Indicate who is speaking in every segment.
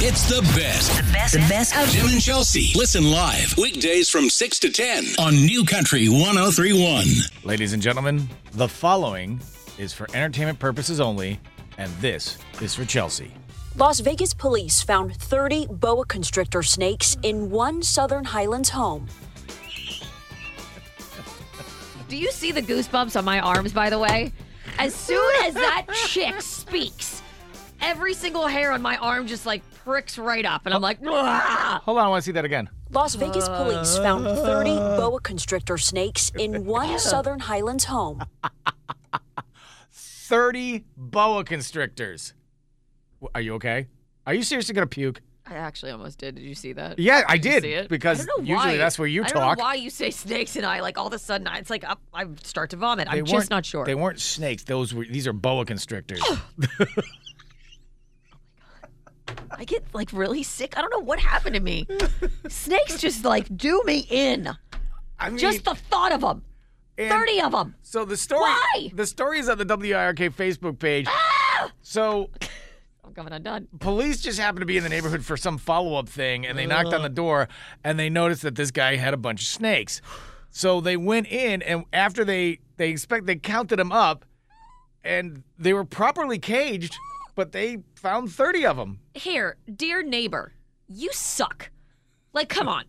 Speaker 1: It's the best.
Speaker 2: The best, the best of
Speaker 1: Jim and Chelsea. Listen live weekdays from 6 to 10 on New Country 1031.
Speaker 3: Ladies and gentlemen, the following is for entertainment purposes only, and this is for Chelsea.
Speaker 4: Las Vegas police found 30 boa constrictor snakes in one Southern Highlands home.
Speaker 5: Do you see the goosebumps on my arms, by the way? As soon as that chick speaks, every single hair on my arm just like pricks right up. And I'm like, "Wah!"
Speaker 3: Hold on, I want to see that again.
Speaker 4: Las Vegas police found 30 boa constrictor snakes in one Southern Highlands home.
Speaker 3: 30 boa constrictors. W- Are you okay? Are you seriously going to puke?
Speaker 5: I actually almost did. Did you see that?
Speaker 3: Yeah, I
Speaker 5: Did you
Speaker 3: did.
Speaker 5: see it? I
Speaker 3: Because
Speaker 5: don't know
Speaker 3: usually
Speaker 5: why.
Speaker 3: that's where you
Speaker 5: I
Speaker 3: talk.
Speaker 5: don't know why you say snakes and I like all of a sudden I, it's like up, I start to vomit.
Speaker 3: They
Speaker 5: I'm
Speaker 3: weren't-
Speaker 5: just not sure.
Speaker 3: They weren't snakes. Those were these are boa constrictors.
Speaker 5: I get like really sick. I don't know what happened to me. snakes just like do me in.
Speaker 3: I mean,
Speaker 5: Just the thought of them.
Speaker 3: and-
Speaker 5: 30 of them.
Speaker 3: So the story
Speaker 5: Why? Ah!
Speaker 3: the story is on the WIRK Facebook page. So
Speaker 5: I'm coming undone.
Speaker 3: police just happened to be in the neighborhood for some follow-up thing and they knocked on the door and they noticed that this guy had a bunch of snakes. So they went in and after they they expect they counted them up and they were properly caged, but they found 30 of them.
Speaker 5: here, dear neighbor, you suck. Like, come on.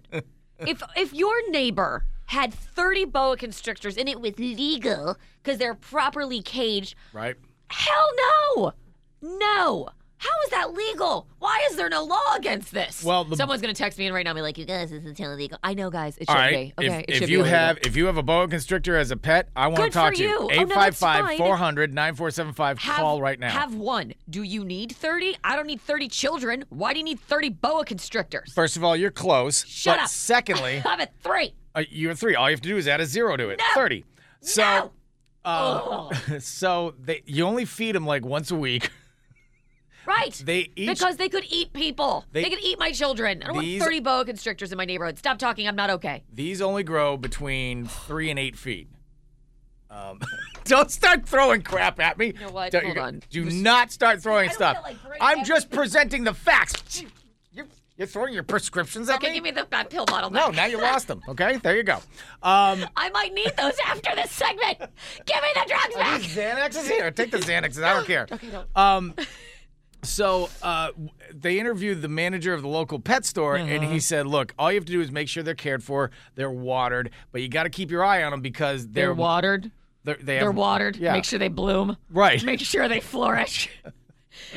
Speaker 5: if if your neighbor had 30 boa constrictors and it was legal because they're properly caged,
Speaker 3: Right?
Speaker 5: hell no, no. How is that legal? Why is there no law against this?
Speaker 3: Well, the-
Speaker 5: someone's gonna text me in right now and be like, "You guys, this is illegal." I know, guys, it
Speaker 3: All
Speaker 5: should
Speaker 3: right.
Speaker 5: be. Okay,
Speaker 3: if
Speaker 5: it should
Speaker 3: if
Speaker 5: be
Speaker 3: you
Speaker 5: illegal.
Speaker 3: have if you have a boa constrictor as a pet, I want
Speaker 5: Good
Speaker 3: to
Speaker 5: for
Speaker 3: talk to
Speaker 5: you.
Speaker 3: you.
Speaker 5: Oh, no, that's fine.
Speaker 3: 855 400 9475.
Speaker 5: Have-
Speaker 3: Call right now.
Speaker 5: Have one. Do you need 30? I don't need 30 children. Why do you need 30 boa constrictors?
Speaker 3: First of all, you're close.
Speaker 5: Shut
Speaker 3: but
Speaker 5: up.
Speaker 3: Secondly,
Speaker 5: I'm at three.
Speaker 3: uh, you're three. All you have to do is add a zero to it. Thirty. So,
Speaker 5: No.
Speaker 3: uh,
Speaker 5: Oh.
Speaker 3: so they you only feed them like once a week.
Speaker 5: Right.
Speaker 3: They each
Speaker 5: because they could eat people. They,
Speaker 3: They-
Speaker 5: could eat my children. I don't
Speaker 3: These-
Speaker 5: want 30 boa constrictors in my neighborhood. Stop talking. I'm not okay.
Speaker 3: these only grow between three and eight feet. Um, don't start throwing crap at me. You
Speaker 5: know what?
Speaker 3: Don't,
Speaker 5: Hold on.
Speaker 3: Do not start throwing
Speaker 5: I don't
Speaker 3: stuff.
Speaker 5: wanna, like, break
Speaker 3: I'm just presenting the facts. You're, you're throwing your prescriptions at
Speaker 5: Okay,
Speaker 3: me.
Speaker 5: give me the fat pill bottle.
Speaker 3: no,
Speaker 5: back.
Speaker 3: now you lost them. Okay, there you go. Um,
Speaker 5: I might need those after this segment. Give me the drugs back.
Speaker 3: Xanax is here. Take the Xanax. I don't care. Okay, Um, so uh, w- they interviewed the manager of the local pet store, and he said, "Look, all you have to do is make sure they're cared for, they're watered, but you got to keep your eye on them because they're
Speaker 5: They're watered.
Speaker 3: they're, they have-
Speaker 5: They're watered.
Speaker 3: Yeah,
Speaker 5: Make sure they bloom.
Speaker 3: right.
Speaker 5: Make sure they flourish.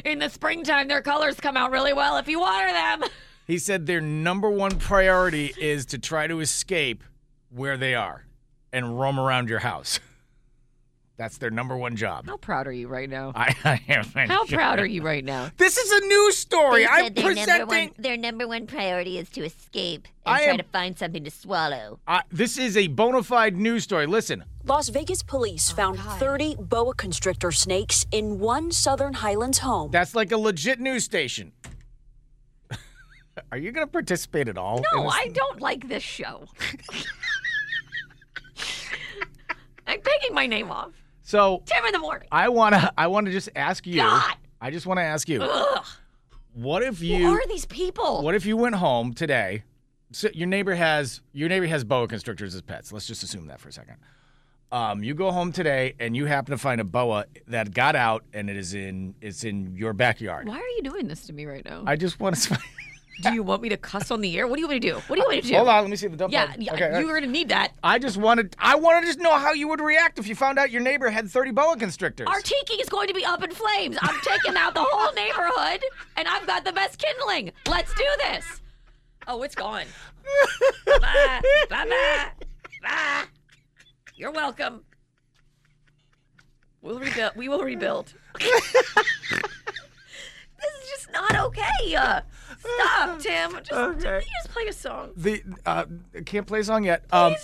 Speaker 5: In the springtime, their colors come out really well if you water them.
Speaker 3: He said their number one priority is to try to escape where they are and roam around your house. That's their number one job.
Speaker 5: How proud are you right now?
Speaker 3: I, I am.
Speaker 5: How proud are you right now?
Speaker 3: This is a news story.
Speaker 6: They
Speaker 3: I'm
Speaker 6: said their
Speaker 3: presenting.
Speaker 6: Number one, their number one priority is to escape and
Speaker 3: I
Speaker 6: try
Speaker 3: am-
Speaker 6: to find something to swallow.
Speaker 3: Uh, this is a bona fide news story. Listen,
Speaker 4: Las Vegas police found 30 boa constrictor snakes in one Southern Highlands home.
Speaker 3: that's like a legit news station. Are you going to participate at all? in
Speaker 5: No,
Speaker 3: this?
Speaker 5: Oh, I don't like this show. I'm taking my name off.
Speaker 3: So
Speaker 5: Tim in the morning.
Speaker 3: I want to. I want to just ask you.
Speaker 5: God!
Speaker 3: I just want to ask you.
Speaker 5: Ugh,
Speaker 3: What if
Speaker 5: who
Speaker 3: you?
Speaker 5: are these people?
Speaker 3: What if you went home today? So your neighbor has your neighbor has boa constrictors as pets. Let's just assume that for a second. Um, you go home today and you happen to find a boa that got out and it is in it's in your backyard.
Speaker 5: Why are you doing this to me right now?
Speaker 3: I just want to.
Speaker 5: do you want me to cuss on the air? What do you want me to do? What do you want me to do?
Speaker 3: Uh, Hold on, let me see the dump.
Speaker 5: Yeah,
Speaker 3: button.
Speaker 5: yeah
Speaker 3: Okay, all right.
Speaker 5: you're going to need that.
Speaker 3: I just wanted I wanted to just know how you would react if you found out your neighbor had 30 boa constrictors.
Speaker 5: Our tiki is going to be up in flames. I'm taking out the whole neighborhood, and I've got the best kindling. Let's do this. Oh, it's gone. bye, bye, bye, bye. You're welcome. We'll rebuild. We will rebuild. this is just not okay. Uh, stop, Tim. Just, Can you just play a song?
Speaker 3: the uh, can't play a song yet. Um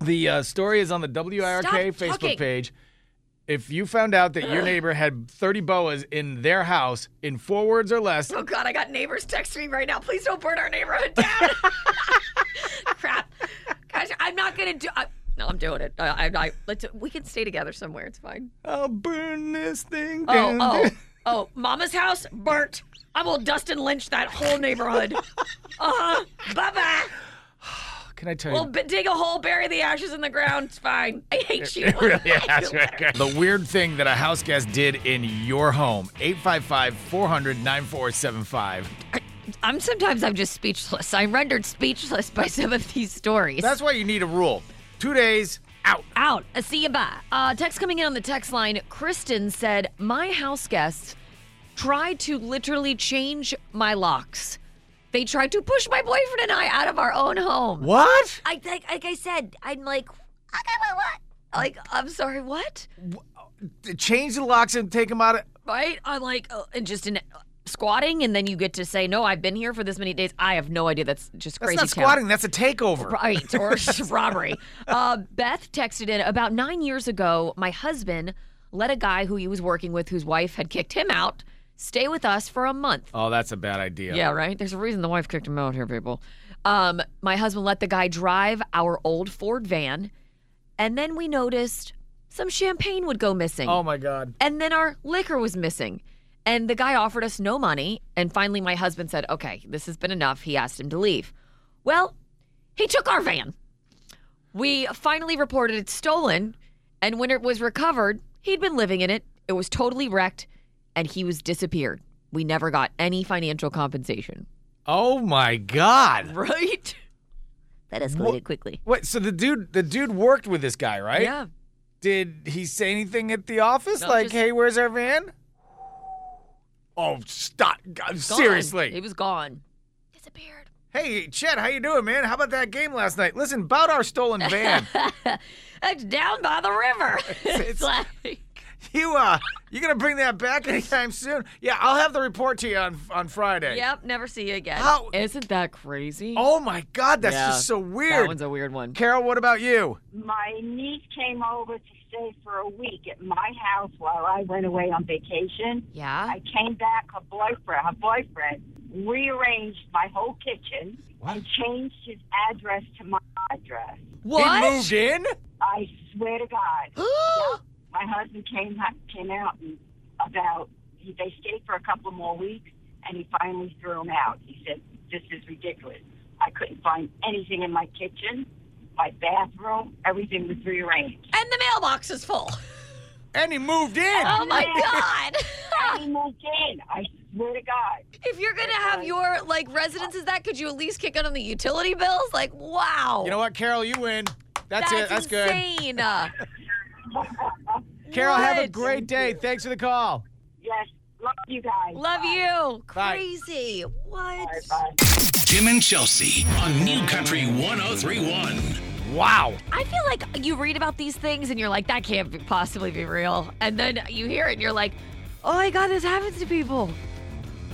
Speaker 3: the uh, story is on the WIRK
Speaker 5: Stop
Speaker 3: Facebook
Speaker 5: talking.
Speaker 3: page. If you found out that your neighbor had 30 boas in their house in four words or less,
Speaker 5: Oh God, I got neighbors texting me right now. Please don't burn our neighborhood down. Crap. Gosh, I'm not gonna do. I, no, I'm doing it. I, I, I, let's. We can stay together somewhere. It's fine.
Speaker 3: I'll burn this thing
Speaker 5: Oh,
Speaker 3: down.
Speaker 5: oh, oh. Mama's house burnt. I will Dustin Lynch that whole neighborhood. uh huh. Bye bye.
Speaker 3: Can I tell you?
Speaker 5: We'll b- dig a hole, bury the ashes in the ground. It's fine. I hate you.
Speaker 3: Yeah, that's right. The weird thing that a house guest did in your home. 855 400 9475.
Speaker 5: I'm sometimes I'm just speechless. I'm rendered speechless by some of these stories.
Speaker 3: That's why you need a rule. Two days out.
Speaker 5: out. Uh, See you bye. Uh, text coming in on the text line. Kristen said, My house guests tried to literally change my locks. They tried to push my boyfriend and I out of our own home.
Speaker 3: What?
Speaker 6: I like, like I said, I'm like, I got
Speaker 5: Like, I'm sorry, what?
Speaker 3: Change the locks and take them out of.
Speaker 5: Right? I'm like, uh, and just in squatting, and then you get to say, No, I've been here for this many days. I have no idea. That's just
Speaker 3: That's
Speaker 5: crazy.
Speaker 3: not
Speaker 5: town.
Speaker 3: squatting, that's a takeover.
Speaker 5: Right, or robbery. Uh, Beth texted in about nine years ago. My husband let a guy who he was working with, whose wife had kicked him out, stay with us for a month.
Speaker 3: Oh, that's a bad idea.
Speaker 5: Yeah, right. There's a reason the wife kicked him out here, people. Um, my husband let the guy drive our old Ford van, and then we noticed some champagne would go missing.
Speaker 3: Oh, my God.
Speaker 5: And then our liquor was missing. And the guy offered us no money. And finally, my husband said, okay, this has been enough. He asked him to leave. Well, he took our van. We finally reported it stolen. And when it was recovered, he'd been living in it. It was totally wrecked and he was disappeared. We never got any financial compensation.
Speaker 3: Oh, my God.
Speaker 5: Right?
Speaker 6: That escalated quickly.
Speaker 3: Wait, so the dude the dude worked with this guy, right?
Speaker 5: Yeah.
Speaker 3: Did he say anything at the office?
Speaker 5: No,
Speaker 3: like,
Speaker 5: just-
Speaker 3: hey, where's our van? Oh, stop. God,
Speaker 5: Gone.
Speaker 3: seriously.
Speaker 5: He was gone. Disappeared.
Speaker 3: Hey, Chet, how you doing, man? How about that game last night? Listen, about our stolen van.
Speaker 5: It's down by the river.
Speaker 3: It's-
Speaker 5: it's like.
Speaker 3: you uh, you gonna bring that back anytime soon? Yeah, I'll have the report to you on on Friday.
Speaker 5: Yep, never see you again.
Speaker 3: How-
Speaker 5: Isn't that crazy?
Speaker 3: Oh my God, that's
Speaker 5: Yeah,
Speaker 3: just so
Speaker 5: that
Speaker 3: weird.
Speaker 5: one's a weird one.
Speaker 3: Carol, what about you?
Speaker 2: my niece came over to stay for a week at my house while I went away on vacation.
Speaker 5: Yeah.
Speaker 2: I came back, her boyfriend, her boyfriend rearranged my whole kitchen and changed his address to my address.
Speaker 5: What?
Speaker 3: He moved in.
Speaker 2: I swear to God. Yeah. my husband came came out and about he, they stayed for a couple more weeks and he finally threw him out. He said, "This is ridiculous. I couldn't find anything in my kitchen, my bathroom. Everything was rearranged."
Speaker 5: and the mailbox is full.
Speaker 3: And he moved in.
Speaker 5: Oh my god.
Speaker 2: I moved in. I swear to God.
Speaker 5: if you're gonna have your like residences that, could you at least kick out on the utility bills? Like, wow.
Speaker 3: You know what, Carol? You win. That's, it. That's
Speaker 5: insane. That's
Speaker 3: good. Carol, have a
Speaker 5: What?
Speaker 3: great day. Thanks for the call.
Speaker 2: Yes, love you guys.
Speaker 5: Love you.
Speaker 3: Bye.
Speaker 5: Crazy.
Speaker 2: Bye,
Speaker 5: What?
Speaker 2: bye.
Speaker 1: Jim and Chelsea on New Country 1031.
Speaker 3: Wow.
Speaker 5: I feel like you read about these things and you're like, that can't be- possibly be real. And then you hear it and you're like, oh my god, this happens to people.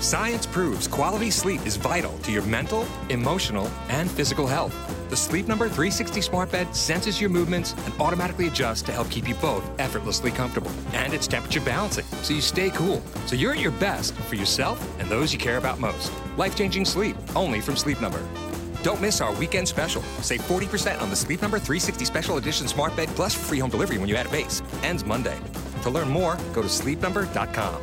Speaker 7: Science proves quality sleep is vital to your mental, emotional, and physical health. The Sleep Number 360 smart bed senses your movements and automatically adjusts to help keep you both effortlessly comfortable. And it's temperature balancing, so you stay cool. So you're at your best for yourself and those you care about most. Life-changing sleep, only from Sleep Number. Don't miss our weekend special. Save 40% on the Sleep Number 360 Special Edition Smart Bed plus free home delivery when you add a base. Ends Monday. To learn more, go to sleepnumber.com.